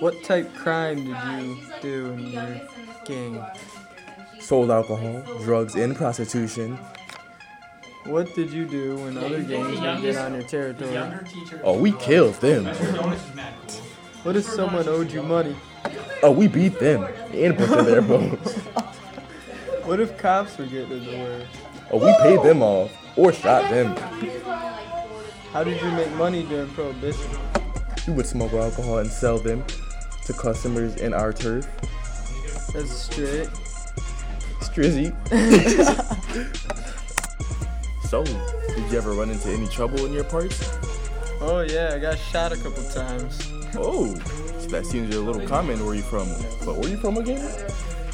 What type crime did you do in your gang? Sold alcohol, drugs, and prostitution. What did you do when other gangs would get on your territory? Oh, we killed them. What if someone owed you money? Oh, we beat them and put them in their bones. What if cops were getting in the way? Oh, we paid them off or shot them. How did you make money during Prohibition? We would smuggle alcohol and sell them to customers in our turf. That's straight. Strizzy. so, did you ever run into any trouble in your parts? Oh yeah, I got shot a couple times. Oh, so that seems you're a little common. Where you from? But where you from again?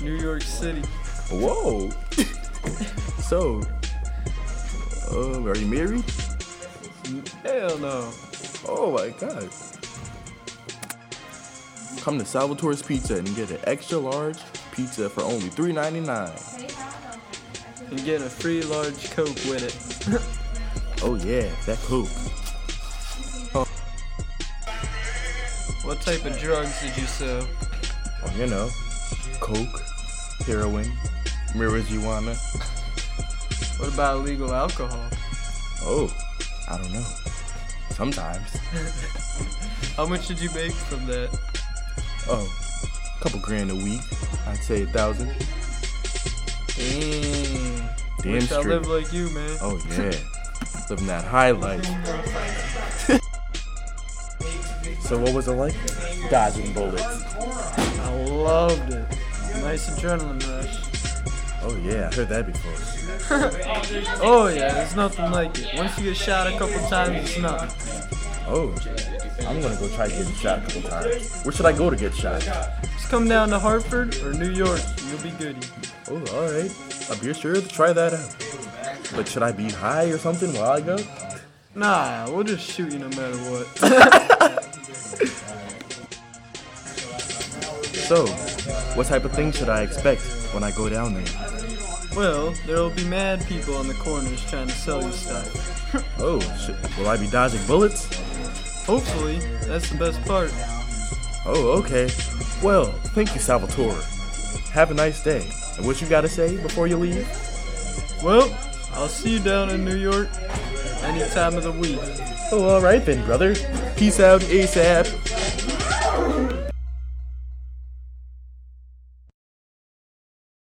New York City. Whoa. so, um, are you married? Hell no. Oh my god. Come to Salvatore's Pizza and get an extra large pizza for only $3.99. And get a free large coke with it. Oh yeah, that coke. What type of drugs did you sell? Oh, you know, coke, heroin, marijuana. What about illegal alcohol? Oh, I don't know. Sometimes. How much did you make from that? Oh, a couple grand a week. I'd say a thousand. Damn. Damn Wish I straight. lived like you, man. Oh yeah, living that high life. so what was it like? Dodging bullets. I loved it. Nice adrenaline rush. Oh yeah, I heard that before. Oh yeah, there's nothing like it. Once you get shot a couple times, it's nothing. Oh, I'm gonna go try getting shot a couple times. Where should I go to get shot? Just come down to Hartford or New York, and you'll be goody. Oh, all right. I'll be sure to try that out. But should I be high or something while I go? Nah, we'll just shoot you no matter what. So, what type of thing should I expect when I go down there? well, there'll be mad people on the corners trying to sell you stuff. Oh, shit. will I be dodging bullets? Hopefully, that's the best part. Oh, okay. Well, thank you, Salvatore. Have a nice day. And what you gotta say before you leave? Well, I'll see you down in New York any time of the week. Oh, all right then, brother. Peace out, ASAP.